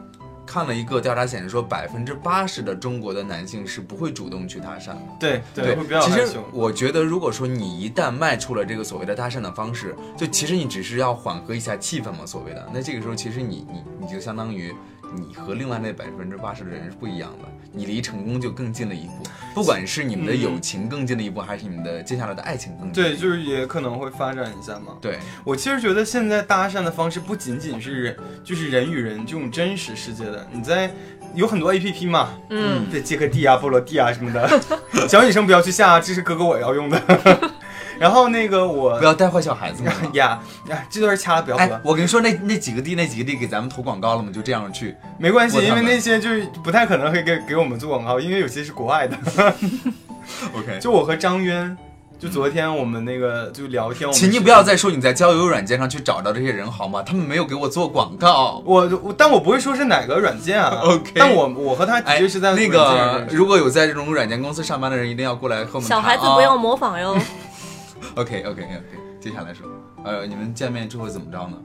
Speaker 1: 看了一个调查显示说，百分之八十的中国的男性是不会主动去搭讪的。
Speaker 2: 对对，会比较
Speaker 1: 其
Speaker 2: 害
Speaker 1: 实
Speaker 2: 羞。
Speaker 1: 我觉得，如果说你一旦迈出了这个所谓的搭讪的方式，就其实你只是要缓和一下气氛嘛，所谓的。那这个时候，其实你你你就相当于你和另外那百分之八十的人是不一样的，你离成功就更近了一步。不管是你们的友情更近了一步，还是你们的接下来的爱情更近了
Speaker 2: 嗯对，
Speaker 1: 一步。
Speaker 2: 就是也可能会发展一下嘛。
Speaker 1: 对，
Speaker 2: 我其实觉得现在搭讪的方式不仅仅是人，就是人与人这种真实世界的。你在有很多 A P P 嘛，
Speaker 3: 嗯，
Speaker 2: 对，杰克地啊、波罗地啊什
Speaker 1: (laughs)
Speaker 2: 么的，小女生不要去下啊，这是哥哥我要用的。 (laughs) 然后那个我 (laughs)
Speaker 1: 不要带坏小孩子们嘛。啊
Speaker 2: 呀呀，这段掐了不要
Speaker 1: 哎
Speaker 2: 播，，
Speaker 1: 我跟你说，那那几个地那几个地给咱们投广告了吗？就这样去，
Speaker 2: 没关系，
Speaker 1: 我他
Speaker 2: 因为
Speaker 1: 们
Speaker 2: 那些就是不太可能会给给我们做广告，因为有些是国外的。 (laughs)
Speaker 1: OK。
Speaker 2: 就我和张渊，就昨天我们那个就聊天，我们
Speaker 1: 请你
Speaker 2: 是
Speaker 1: 不要再说你在交友软件上去找到这些人好吗？他们没有给我做广告。
Speaker 2: (laughs) 我我，但我不会说是哪个软件啊。
Speaker 1: (laughs) OK
Speaker 2: 但我我和他的
Speaker 1: 哎，
Speaker 2: 确是在
Speaker 1: 那
Speaker 2: 软件上
Speaker 1: 个
Speaker 2: 认，识
Speaker 1: 如果有在这种软件公司上班的人，一定要过来和我们哦
Speaker 3: 小孩子
Speaker 2: 啊
Speaker 3: 不要模仿哟。
Speaker 1: OK OK OK，接下来说，呃，你们见面之后怎么着呢？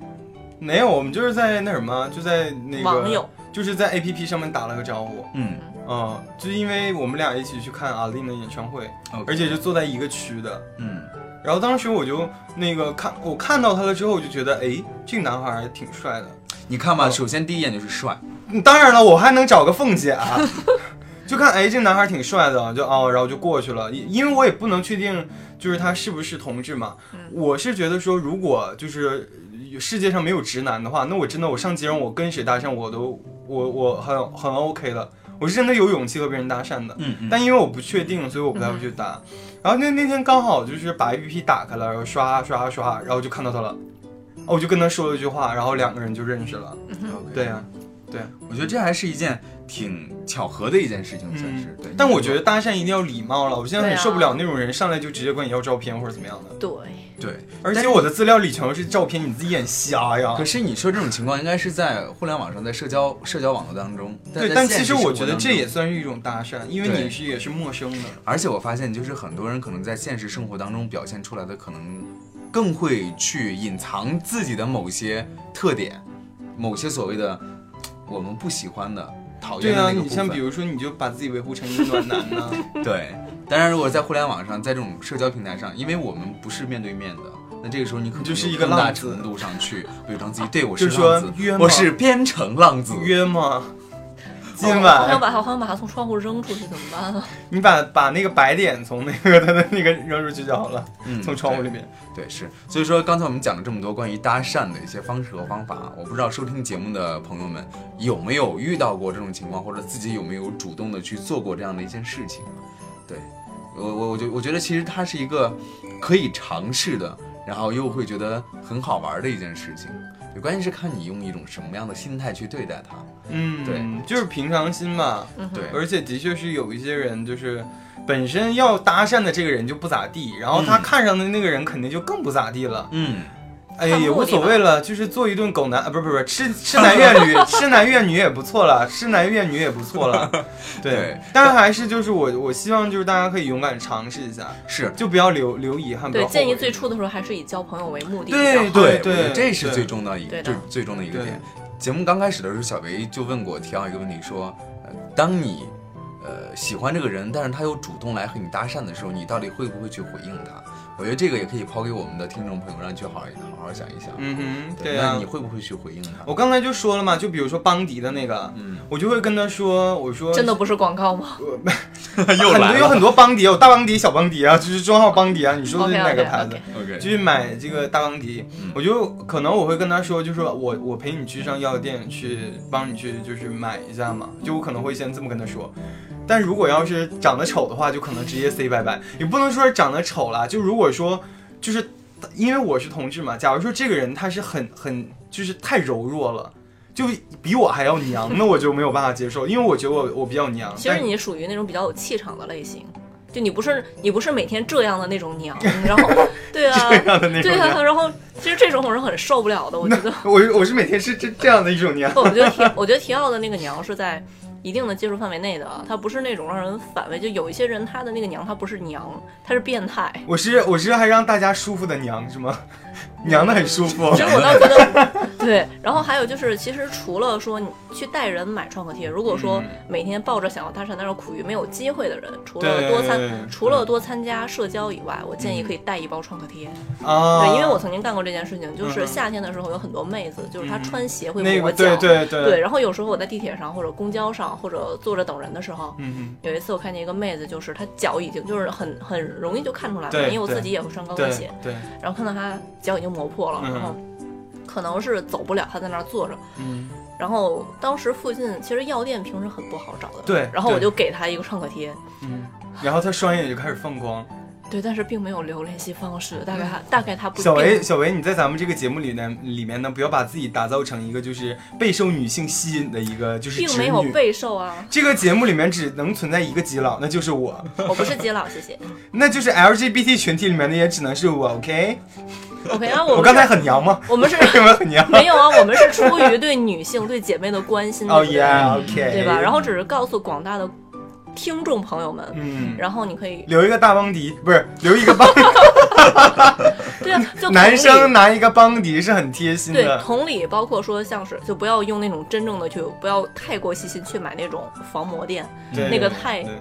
Speaker 2: 没有，我们就是在那什么，就在那个
Speaker 3: 网友，
Speaker 2: 就是在 A P P 上面打了个招呼。
Speaker 1: 嗯
Speaker 2: 嗯，就因为我们俩一起去看阿令的演唱会，
Speaker 1: ，OK，
Speaker 2: 而且就坐在一个区的。
Speaker 1: 嗯
Speaker 2: 然后当时我就那个看，我看到他了之后，我就觉得，哎，这个男孩儿挺帅的。
Speaker 1: 你看吧，
Speaker 2: 哦
Speaker 1: 首先第一眼就是帅，
Speaker 2: 嗯当然了，我还能找个凤姐啊。 (laughs) 就看，哎，这男孩儿挺帅的，就哦，然后就过去了。因因为我也不能确定，就是他是不是同志嘛。我是觉得说，如果就是呃世界上没有直男的话，那我真的我上街上我跟谁搭讪我都我我很很 OK 的，我是真的有勇气和别人搭讪的。
Speaker 1: 嗯嗯
Speaker 2: 但因为我不确定，所以我不太会去打。然后那那天刚好就是把 APP 打开了，然后刷刷
Speaker 1: 嗯
Speaker 3: 嗯
Speaker 2: 刷，然后就看到他了，哦我就跟他说了一句话，然后两个人就认识了。
Speaker 1: ，OK，
Speaker 2: 对呀、对，
Speaker 1: 我觉得这还是一件挺巧合的一件事情，算是。对，
Speaker 2: 嗯但我觉
Speaker 1: 得
Speaker 2: 得搭讪一定要礼貌了，我现在
Speaker 3: 对
Speaker 2: 很
Speaker 3: 啊
Speaker 2: 受不了那种人上来就直接管你要照片或者怎么样的。
Speaker 3: 对，
Speaker 1: 对，
Speaker 2: 而且我的资料里全是照片，你自己眼瞎呀
Speaker 1: 可。是你说这种情况应该是在互联网上，在社交社交网络当中。
Speaker 2: 对，
Speaker 1: 在
Speaker 2: 但
Speaker 1: 现
Speaker 2: 其
Speaker 1: 实
Speaker 2: 实
Speaker 1: 生
Speaker 2: 我
Speaker 1: 活
Speaker 2: 觉得
Speaker 1: 当
Speaker 2: 这
Speaker 1: 中
Speaker 2: 也算是一种搭讪，因为
Speaker 1: 对
Speaker 2: 你是也是陌生的。
Speaker 1: 而且我发现，就是很多人可能在现实生活当中表现出来的，可能更会去隐藏自己的某些特点，某些所谓的我们不喜欢的、讨
Speaker 2: 对
Speaker 1: 厌的
Speaker 2: 啊，
Speaker 1: 那个
Speaker 2: 你
Speaker 1: 部
Speaker 2: 像
Speaker 1: 分。
Speaker 2: 比如说，你就把自己维护成一个暖男呢、
Speaker 1: (laughs) 对，当然如果在互联网上，在这种社交平台上，因为我们不是面对面的。那这个时候你可能
Speaker 2: 就是
Speaker 1: 有
Speaker 2: 一个
Speaker 1: 更大
Speaker 2: 浪子
Speaker 1: 程度上去伪装自己，对我
Speaker 2: 就是说
Speaker 1: 浪子
Speaker 2: 约，
Speaker 1: 我
Speaker 2: 吗
Speaker 1: 是编程浪子，(laughs)
Speaker 2: 约吗？今
Speaker 3: 我好
Speaker 2: 晚
Speaker 3: 想把他，我好想把他从窗户扔出去，怎么
Speaker 2: (laughs)
Speaker 3: 办啊？
Speaker 2: 你把把那个白点从那个他的那个扔出去就好了，
Speaker 1: 嗯
Speaker 2: 从窗户
Speaker 1: 对
Speaker 2: 里面。
Speaker 1: 对，是，所以说刚才我们讲了这么多关于搭讪的一些方式和方法，啊我不知道收听节目的朋友们有没有遇到过这种情况，或者自己有没有主动的去做过这样的一件事情。啊对我，我我觉我觉得其实它是一个可以尝试的，然后又会觉得很好玩的一件事情。对，关键是看你用一种什么样的心态去对待它。
Speaker 2: 嗯，
Speaker 1: 对，
Speaker 2: 就是平常心嘛。
Speaker 3: 嗯哼
Speaker 1: 对
Speaker 2: 而且的确是有一些人，就是本身要搭讪的这个人就不咋地，然后他
Speaker 1: 嗯
Speaker 2: 看上的那个人肯定就更不咋地了。
Speaker 1: 嗯，
Speaker 2: 哎呀，
Speaker 3: 看
Speaker 2: 也
Speaker 3: 目
Speaker 2: 无
Speaker 3: 的
Speaker 2: 所
Speaker 3: 吧
Speaker 2: 谓了，就是做一顿狗男，啊，不是不是不是，吃吃男怨女，吃男怨女也不错了， (laughs) 吃男怨女也不错
Speaker 1: (laughs)
Speaker 2: 了。
Speaker 1: 对
Speaker 2: 对，但是还是就是我我希望就是大家可以勇敢尝试一下，
Speaker 1: 是。
Speaker 2: 就不要留留遗憾。不
Speaker 3: 对
Speaker 2: 要，后
Speaker 3: 建议
Speaker 2: 悔
Speaker 3: 最初的时候还是以交朋友为目的。
Speaker 2: 对
Speaker 3: 比较好
Speaker 1: 对
Speaker 2: 对
Speaker 1: 我觉得
Speaker 2: 对
Speaker 1: 这是
Speaker 2: 对
Speaker 1: 最重要的一
Speaker 3: 对
Speaker 1: 个
Speaker 3: 的
Speaker 1: 最最重要的一个
Speaker 2: 对
Speaker 1: 点。节目刚开始的时候，小维就问过提到一个问题，说，呃，当你呃喜欢这个人，但是他又主动来和你搭讪的时候，你到底会不会去回应他？我觉得这个也可以抛给我们的听众朋友，让你去好好好好想一想。
Speaker 2: 嗯哼，
Speaker 1: 对，
Speaker 2: 对啊
Speaker 1: 那你，会不会去回应他？
Speaker 2: 我刚才就说了嘛，就比如说邦迪的那个，
Speaker 1: 嗯，
Speaker 2: (laughs) 我就会跟他说，我说
Speaker 3: 真的不是广告吗？
Speaker 2: 很多有很多邦迪，有大邦迪、小邦迪啊，就是中号邦迪啊，你说的是哪个牌子
Speaker 3: OK，OK，OK？
Speaker 2: (laughs)
Speaker 1: OK，
Speaker 2: 就是买这个大邦迪
Speaker 1: 嗯，
Speaker 2: 我就可能我会跟他说，就是我我陪你去上药店去帮你去就是买一下嘛，就我可能会先这么跟他说。但如果要是长得丑的话，就可能直接 say 拜拜，也不能说是长得丑啦，就如果说就是因为我是同志嘛，假如说这个人他是很很就是太柔弱了。就比我还要娘，那我就没有办法接受，因为我觉得我我比较娘。
Speaker 3: 其实
Speaker 2: 但
Speaker 3: 你属于那种比较有气场的类型，就你不是你不是每天这样的那种娘，然后 (laughs) 对啊，
Speaker 2: (laughs) 这样的那种
Speaker 3: 对
Speaker 2: 娘
Speaker 3: 啊，然后其实这种我是很受不了的。我觉得，。
Speaker 2: 我我是每天是这这样的一种娘
Speaker 3: (laughs) 我觉得提我觉得提奥的那个娘是在一定的接受范围内的，啊她不是那种让人反胃。就有一些人他的那个娘，她不是娘，她是变态。
Speaker 2: 我是我是还让大家舒服的娘是吗？娘的很舒服
Speaker 3: 其。实我倒觉得， (laughs) 对。然后还有就是，其实除了说你去带人买创可贴，如果说
Speaker 2: 嗯
Speaker 3: 每天抱着想要搭讪但是苦于没有机会的人，除了多
Speaker 2: 对
Speaker 3: 参
Speaker 2: 对对嗯
Speaker 3: 除了多参加社交以外，我建议可以带一包创可贴。
Speaker 2: 啊，
Speaker 3: 对，因为我曾经干过这件事情，就
Speaker 2: 嗯
Speaker 3: 是
Speaker 2: 嗯
Speaker 3: 夏天的时候有很多妹子，就是她
Speaker 2: 嗯
Speaker 3: 穿鞋会
Speaker 2: 那
Speaker 3: 磨
Speaker 2: 个
Speaker 3: 脚。
Speaker 2: 对对对
Speaker 3: 对，，然后有时候我在地铁上或者公交上或者坐着等人的时候，
Speaker 2: 嗯
Speaker 3: 有一次我看见一个妹子，就是她脚已经就是很很容易就看出来了，
Speaker 2: 对
Speaker 3: 因为我
Speaker 2: 对
Speaker 3: 自己也会穿高
Speaker 2: 哼，
Speaker 3: 跟
Speaker 2: 对
Speaker 3: 鞋，
Speaker 2: 对，
Speaker 3: 然后看到她脚已经磨破了，
Speaker 2: 嗯
Speaker 3: 然后可能是走不了，她在那儿坐着。
Speaker 2: 嗯，
Speaker 3: 然后当时附近其实药店平时很不好找的，
Speaker 2: 对
Speaker 3: 然后我
Speaker 2: 对
Speaker 3: 就给她一个创可贴，
Speaker 2: 嗯，然后他双眼就开始放光。
Speaker 3: 对，但是并没有留联系方式，大概她大概她不
Speaker 2: 嗯小
Speaker 3: 并
Speaker 2: 维，小维，你在咱们这个节目里呢，里面呢，不要把自己打造成一个就是备受女性吸引的一个就是
Speaker 3: 并
Speaker 2: 直
Speaker 3: 没有
Speaker 2: 女。
Speaker 3: 备受啊，
Speaker 2: 这个节目里面只能存在一个基佬，那就是我，
Speaker 3: 我不是基佬，谢谢。
Speaker 2: 那就是 LGBT 群体里面的也只能是我，OK？
Speaker 3: OK 啊，我
Speaker 2: 我
Speaker 3: 们
Speaker 2: 刚才
Speaker 3: 是
Speaker 2: 很娘吗？ (laughs)
Speaker 3: 我们是
Speaker 2: 有没有很娘？
Speaker 3: 没有啊，我们是出于对女性、对姐妹的关心，
Speaker 2: 哦
Speaker 3: 对不对
Speaker 2: ，Yeah，OK，
Speaker 3: 嗯对吧？然后只是告诉广大的听众朋友们，
Speaker 2: 嗯，
Speaker 3: 然后你可以
Speaker 2: 留一个大邦迪，不是留一个邦，
Speaker 3: 对啊， (laughs) 就
Speaker 2: 男
Speaker 3: 同
Speaker 2: 生
Speaker 3: 理
Speaker 2: 拿一个邦迪是很贴心
Speaker 3: 对
Speaker 2: 的。
Speaker 3: 同理，包括说像是就不要用那种真正的去，不要太过细心去买那种防磨店，
Speaker 2: 对
Speaker 3: 那个太
Speaker 2: 对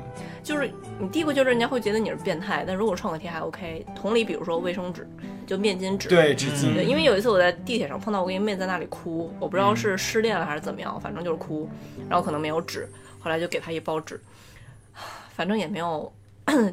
Speaker 3: 就是你第一个就是人家会觉得你是变态，但如果创可贴还 OK。同理，比如说卫生纸，就面巾纸，
Speaker 2: 对嗯纸
Speaker 3: 嗯对，
Speaker 2: 巾，
Speaker 3: 因为有一次我在地铁上碰到过一妹子在那里哭，我
Speaker 2: 嗯
Speaker 3: 不知道是失恋了还是怎么样，反正就是哭，然后可能没有纸，后来就给她一包纸， (sighs) 反正也没有，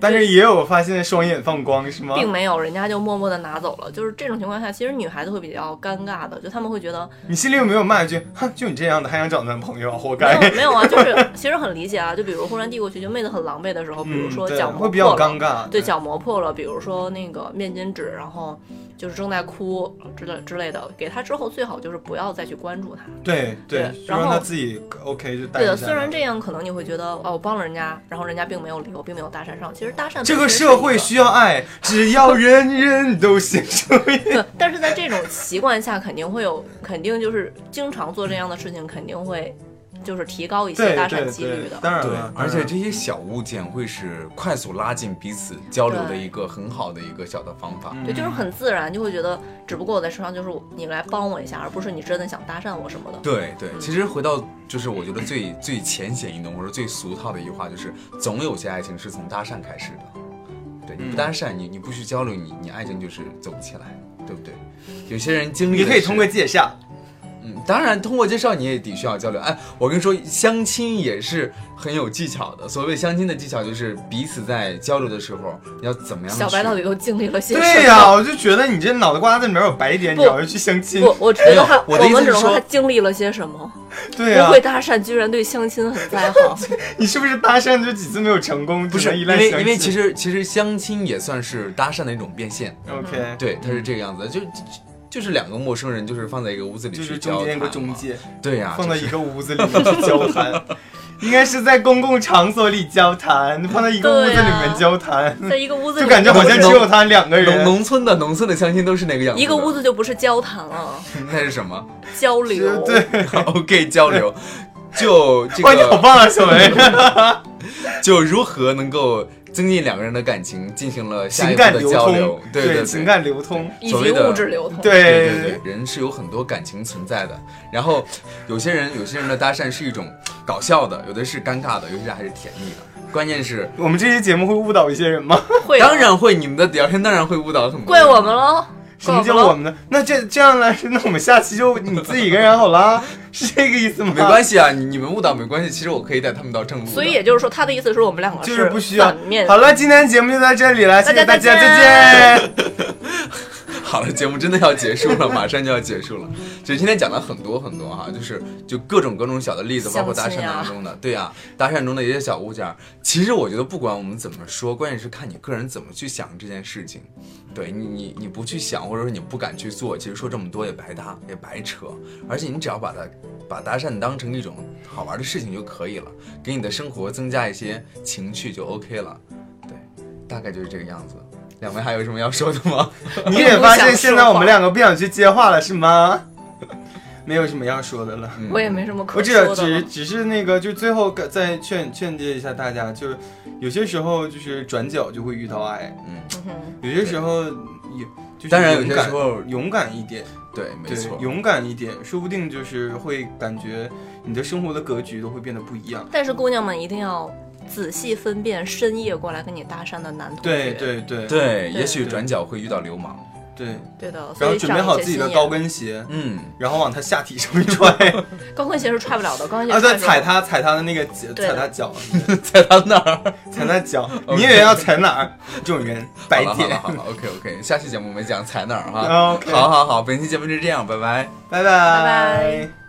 Speaker 2: 但是也有发现双眼放光是吗？
Speaker 3: 并没有，人家就默默的拿走了。就是这种情况下，其实女孩子会比较尴尬的，就她们会觉得
Speaker 2: 你心里有没有骂一句，哼，就你这样的还想找男朋友，活
Speaker 3: 没
Speaker 2: 该
Speaker 3: 有？
Speaker 2: (laughs)
Speaker 3: 没有啊，就是其实很理解啊，就比如忽然递过去，就妹子很狼狈的时候，比如
Speaker 2: 嗯
Speaker 3: 说
Speaker 2: 对
Speaker 3: 脚磨
Speaker 2: 会比较
Speaker 3: 破了，
Speaker 2: 尴尬，
Speaker 3: 对，脚磨破了，比如说那个面巾纸，然后就是正在哭之类之类的，给他之后最好就是不要再去关注他。
Speaker 2: 对对，
Speaker 3: 对
Speaker 2: 就
Speaker 3: 然后
Speaker 2: 让他自己 OK 就带
Speaker 3: 对
Speaker 2: 一
Speaker 3: 的，
Speaker 2: 下。
Speaker 3: 虽然这样可能你会觉得哦，我帮了人家，然后人家并没有理我，并没有搭讪上。其实搭讪
Speaker 2: 这个
Speaker 3: 本身是一
Speaker 2: 社会需要爱，只要人人都献出一
Speaker 3: 对，但是在这种习惯下，肯定会有，肯定就是经常做这样的事情，肯定会就是提高一些
Speaker 2: 对
Speaker 3: 搭
Speaker 2: 对
Speaker 3: 讪几率
Speaker 2: 对
Speaker 3: 的，。
Speaker 2: 当然
Speaker 1: 对
Speaker 2: 了，，
Speaker 1: 而
Speaker 2: 当
Speaker 1: 且
Speaker 2: 然
Speaker 1: 这些小物件会是快速拉近彼此交流的一个很好的一个小的方法。
Speaker 2: 嗯
Speaker 3: 对，就是很自然就会觉得，只不过我在身上就是你来帮我一下，而不是你真的想搭讪我什么的。
Speaker 1: 对对，其实回到就是我觉得最最浅显易懂或者最俗套的一句话，就是总有些爱情是从搭讪开始的。对，你不
Speaker 2: 嗯
Speaker 1: 搭讪，你你不去交流，你你爱情就是走不起来，对不对？有些人经历
Speaker 2: 你
Speaker 1: 的
Speaker 2: 可以
Speaker 1: 是
Speaker 2: 通过介绍，
Speaker 1: 嗯，当然，通过介绍你也得需要交流。哎，我跟你说，相亲也是很有技巧的。所谓相亲的技巧，就是彼此在交流的时候，你要怎么样去？
Speaker 3: 小白到底都经历了些什么？
Speaker 2: 对呀、我就觉得你这脑袋瓜子里面有白点，
Speaker 3: 不
Speaker 2: 你老是去相亲，
Speaker 3: 不，我觉
Speaker 1: 没
Speaker 3: 得
Speaker 1: 有
Speaker 3: 他，
Speaker 1: 我的意思是
Speaker 3: 们只能
Speaker 1: 说
Speaker 3: 他经历了些什么。
Speaker 2: 对呀、
Speaker 3: 不会搭讪，居然对相亲很在行。
Speaker 2: 你是不是搭讪就几次没有成功，
Speaker 1: 不
Speaker 2: 只
Speaker 1: 是
Speaker 2: 能依
Speaker 1: 因
Speaker 2: 赖
Speaker 1: 为
Speaker 2: 相
Speaker 1: 因为
Speaker 2: 亲
Speaker 1: 其实其实相亲也算是搭讪的一种变现，
Speaker 2: OK，
Speaker 1: 对，它是这个样子的，就就就是两个陌生人，就是放在一个屋子里
Speaker 2: 就
Speaker 1: 去
Speaker 2: 是
Speaker 1: 交
Speaker 2: 中
Speaker 1: 谈
Speaker 2: 间一个
Speaker 1: 嘛，
Speaker 2: 中介，
Speaker 1: 对呀、
Speaker 2: 放
Speaker 1: 就
Speaker 2: 到
Speaker 1: 是
Speaker 2: 一个屋子里面去交谈，
Speaker 1: (laughs)
Speaker 2: 应该是在公共场所里交谈，放到一个屋子里面交谈，
Speaker 3: 在一个啊屋子里，
Speaker 2: 就感觉好像只有他两个
Speaker 1: 农
Speaker 2: 人。
Speaker 1: 农村的农村的相亲都是那个样子的，
Speaker 3: 一个屋子就不是交谈了，
Speaker 1: 那是什么 (laughs)
Speaker 3: 交流。
Speaker 2: 对，
Speaker 1: ？OK 交流，
Speaker 2: (laughs)
Speaker 1: 就这
Speaker 2: 哇，你好
Speaker 1: 个
Speaker 2: 棒啊，小梅！
Speaker 1: 就如何能够增进两个人的感情，进行了下一
Speaker 2: (laughs) 情
Speaker 1: 步
Speaker 2: 感
Speaker 1: 的
Speaker 2: 流
Speaker 1: 交流
Speaker 2: 通，，
Speaker 1: 对对，
Speaker 2: 情感流通，
Speaker 3: 以
Speaker 1: 所
Speaker 3: 及
Speaker 1: 谓的
Speaker 3: 物质流通。
Speaker 1: 对
Speaker 2: 对
Speaker 1: 对对，人是有很多感情存在的。然后有些人，有些人的搭讪是一种搞笑的，有的是尴尬的，有些还是甜蜜的。关键是，
Speaker 2: 我们这期节目会误导一些人吗？
Speaker 3: 会的
Speaker 1: 当然会，你们的聊天当然会误导很多。
Speaker 3: 怪我们？喽。
Speaker 2: 什么
Speaker 3: 怪
Speaker 2: 叫
Speaker 3: 们
Speaker 2: 我
Speaker 3: 喽？
Speaker 2: 们呢？那这这样来，那我们下期就你自己一个人好 (laughs) 啦，是这个意思吗？
Speaker 1: 没关系啊，你你们误导没关系，其实我可以带他们到正路的。
Speaker 3: 所以也就是说，他的意思是我们两个
Speaker 2: 就是不需要
Speaker 3: 反面。
Speaker 2: 好了，今天节目就到这里了，谢谢
Speaker 3: 大
Speaker 2: 大
Speaker 3: 家
Speaker 2: 家，
Speaker 3: 再
Speaker 2: 再见。
Speaker 1: 好了，节目真的要结束了， (laughs) 马上就要结束了。就是今天讲了很多很多哈、就是就各种各种小的例子，包括搭讪
Speaker 3: 相亲啊
Speaker 1: 当中的，对啊，搭讪中的一些小物件儿。其实我觉得不管我们怎么说，关键是看你个人怎么去想这件事情。对你，你你不去想，或者说你不敢去做，其实说这么多也白搭，也白扯。而且你只要把它把搭讪当成一种好玩的事情就可以了，给你的生活增加一些情趣就 OK 了。对，大概就是这个样子。两位还有什么要说的吗？
Speaker 2: (laughs) 你也发现现在我们两个不想去接话了是吗？没有什么要说的了。
Speaker 1: 嗯
Speaker 3: 我也没什么可
Speaker 2: 我只
Speaker 3: 说的
Speaker 2: 只
Speaker 3: 了。
Speaker 2: 只是那个，就最后再劝劝诫一下大家，就是有些时候就是转角就会遇到爱，
Speaker 1: 嗯。
Speaker 3: 嗯哼
Speaker 2: 有些时候有就是
Speaker 1: 当然有
Speaker 2: 勇
Speaker 1: 些
Speaker 2: 敢
Speaker 1: 时候
Speaker 2: 勇敢一点，
Speaker 1: 对，没
Speaker 2: 对
Speaker 1: 错，，
Speaker 2: 勇敢一点，说不定就是会感觉你的生活的格局都会变得不一样。
Speaker 3: 但是姑娘们一定要仔细分辨深夜过来跟你搭讪的男同学。
Speaker 2: 对对对
Speaker 1: 对，也
Speaker 3: 对
Speaker 1: 许
Speaker 2: 对
Speaker 1: 转角会遇到流氓。
Speaker 2: 对，
Speaker 3: 对的，所
Speaker 2: 然后
Speaker 3: 以
Speaker 2: 准备好自己的高跟鞋，
Speaker 1: 嗯，
Speaker 2: 然后往他下体上面踹， (laughs)
Speaker 3: 高跟鞋是踹不了的，高跟鞋
Speaker 2: 啊，
Speaker 3: 踹
Speaker 2: 对，
Speaker 3: 不了
Speaker 2: 踩他踩他的那个脚
Speaker 3: 对的
Speaker 2: 踩他脚，
Speaker 1: (laughs) 在他那儿。
Speaker 2: 踩他脚，
Speaker 1: (laughs) OK
Speaker 2: 你以为要踩哪儿？这种人白
Speaker 1: 好了好
Speaker 2: 点
Speaker 1: 了。好了，OK OK，下期节目我们讲踩哪儿哈。
Speaker 2: OK，
Speaker 1: 好好好，本期节目就这样，拜拜。
Speaker 2: 拜拜
Speaker 3: 拜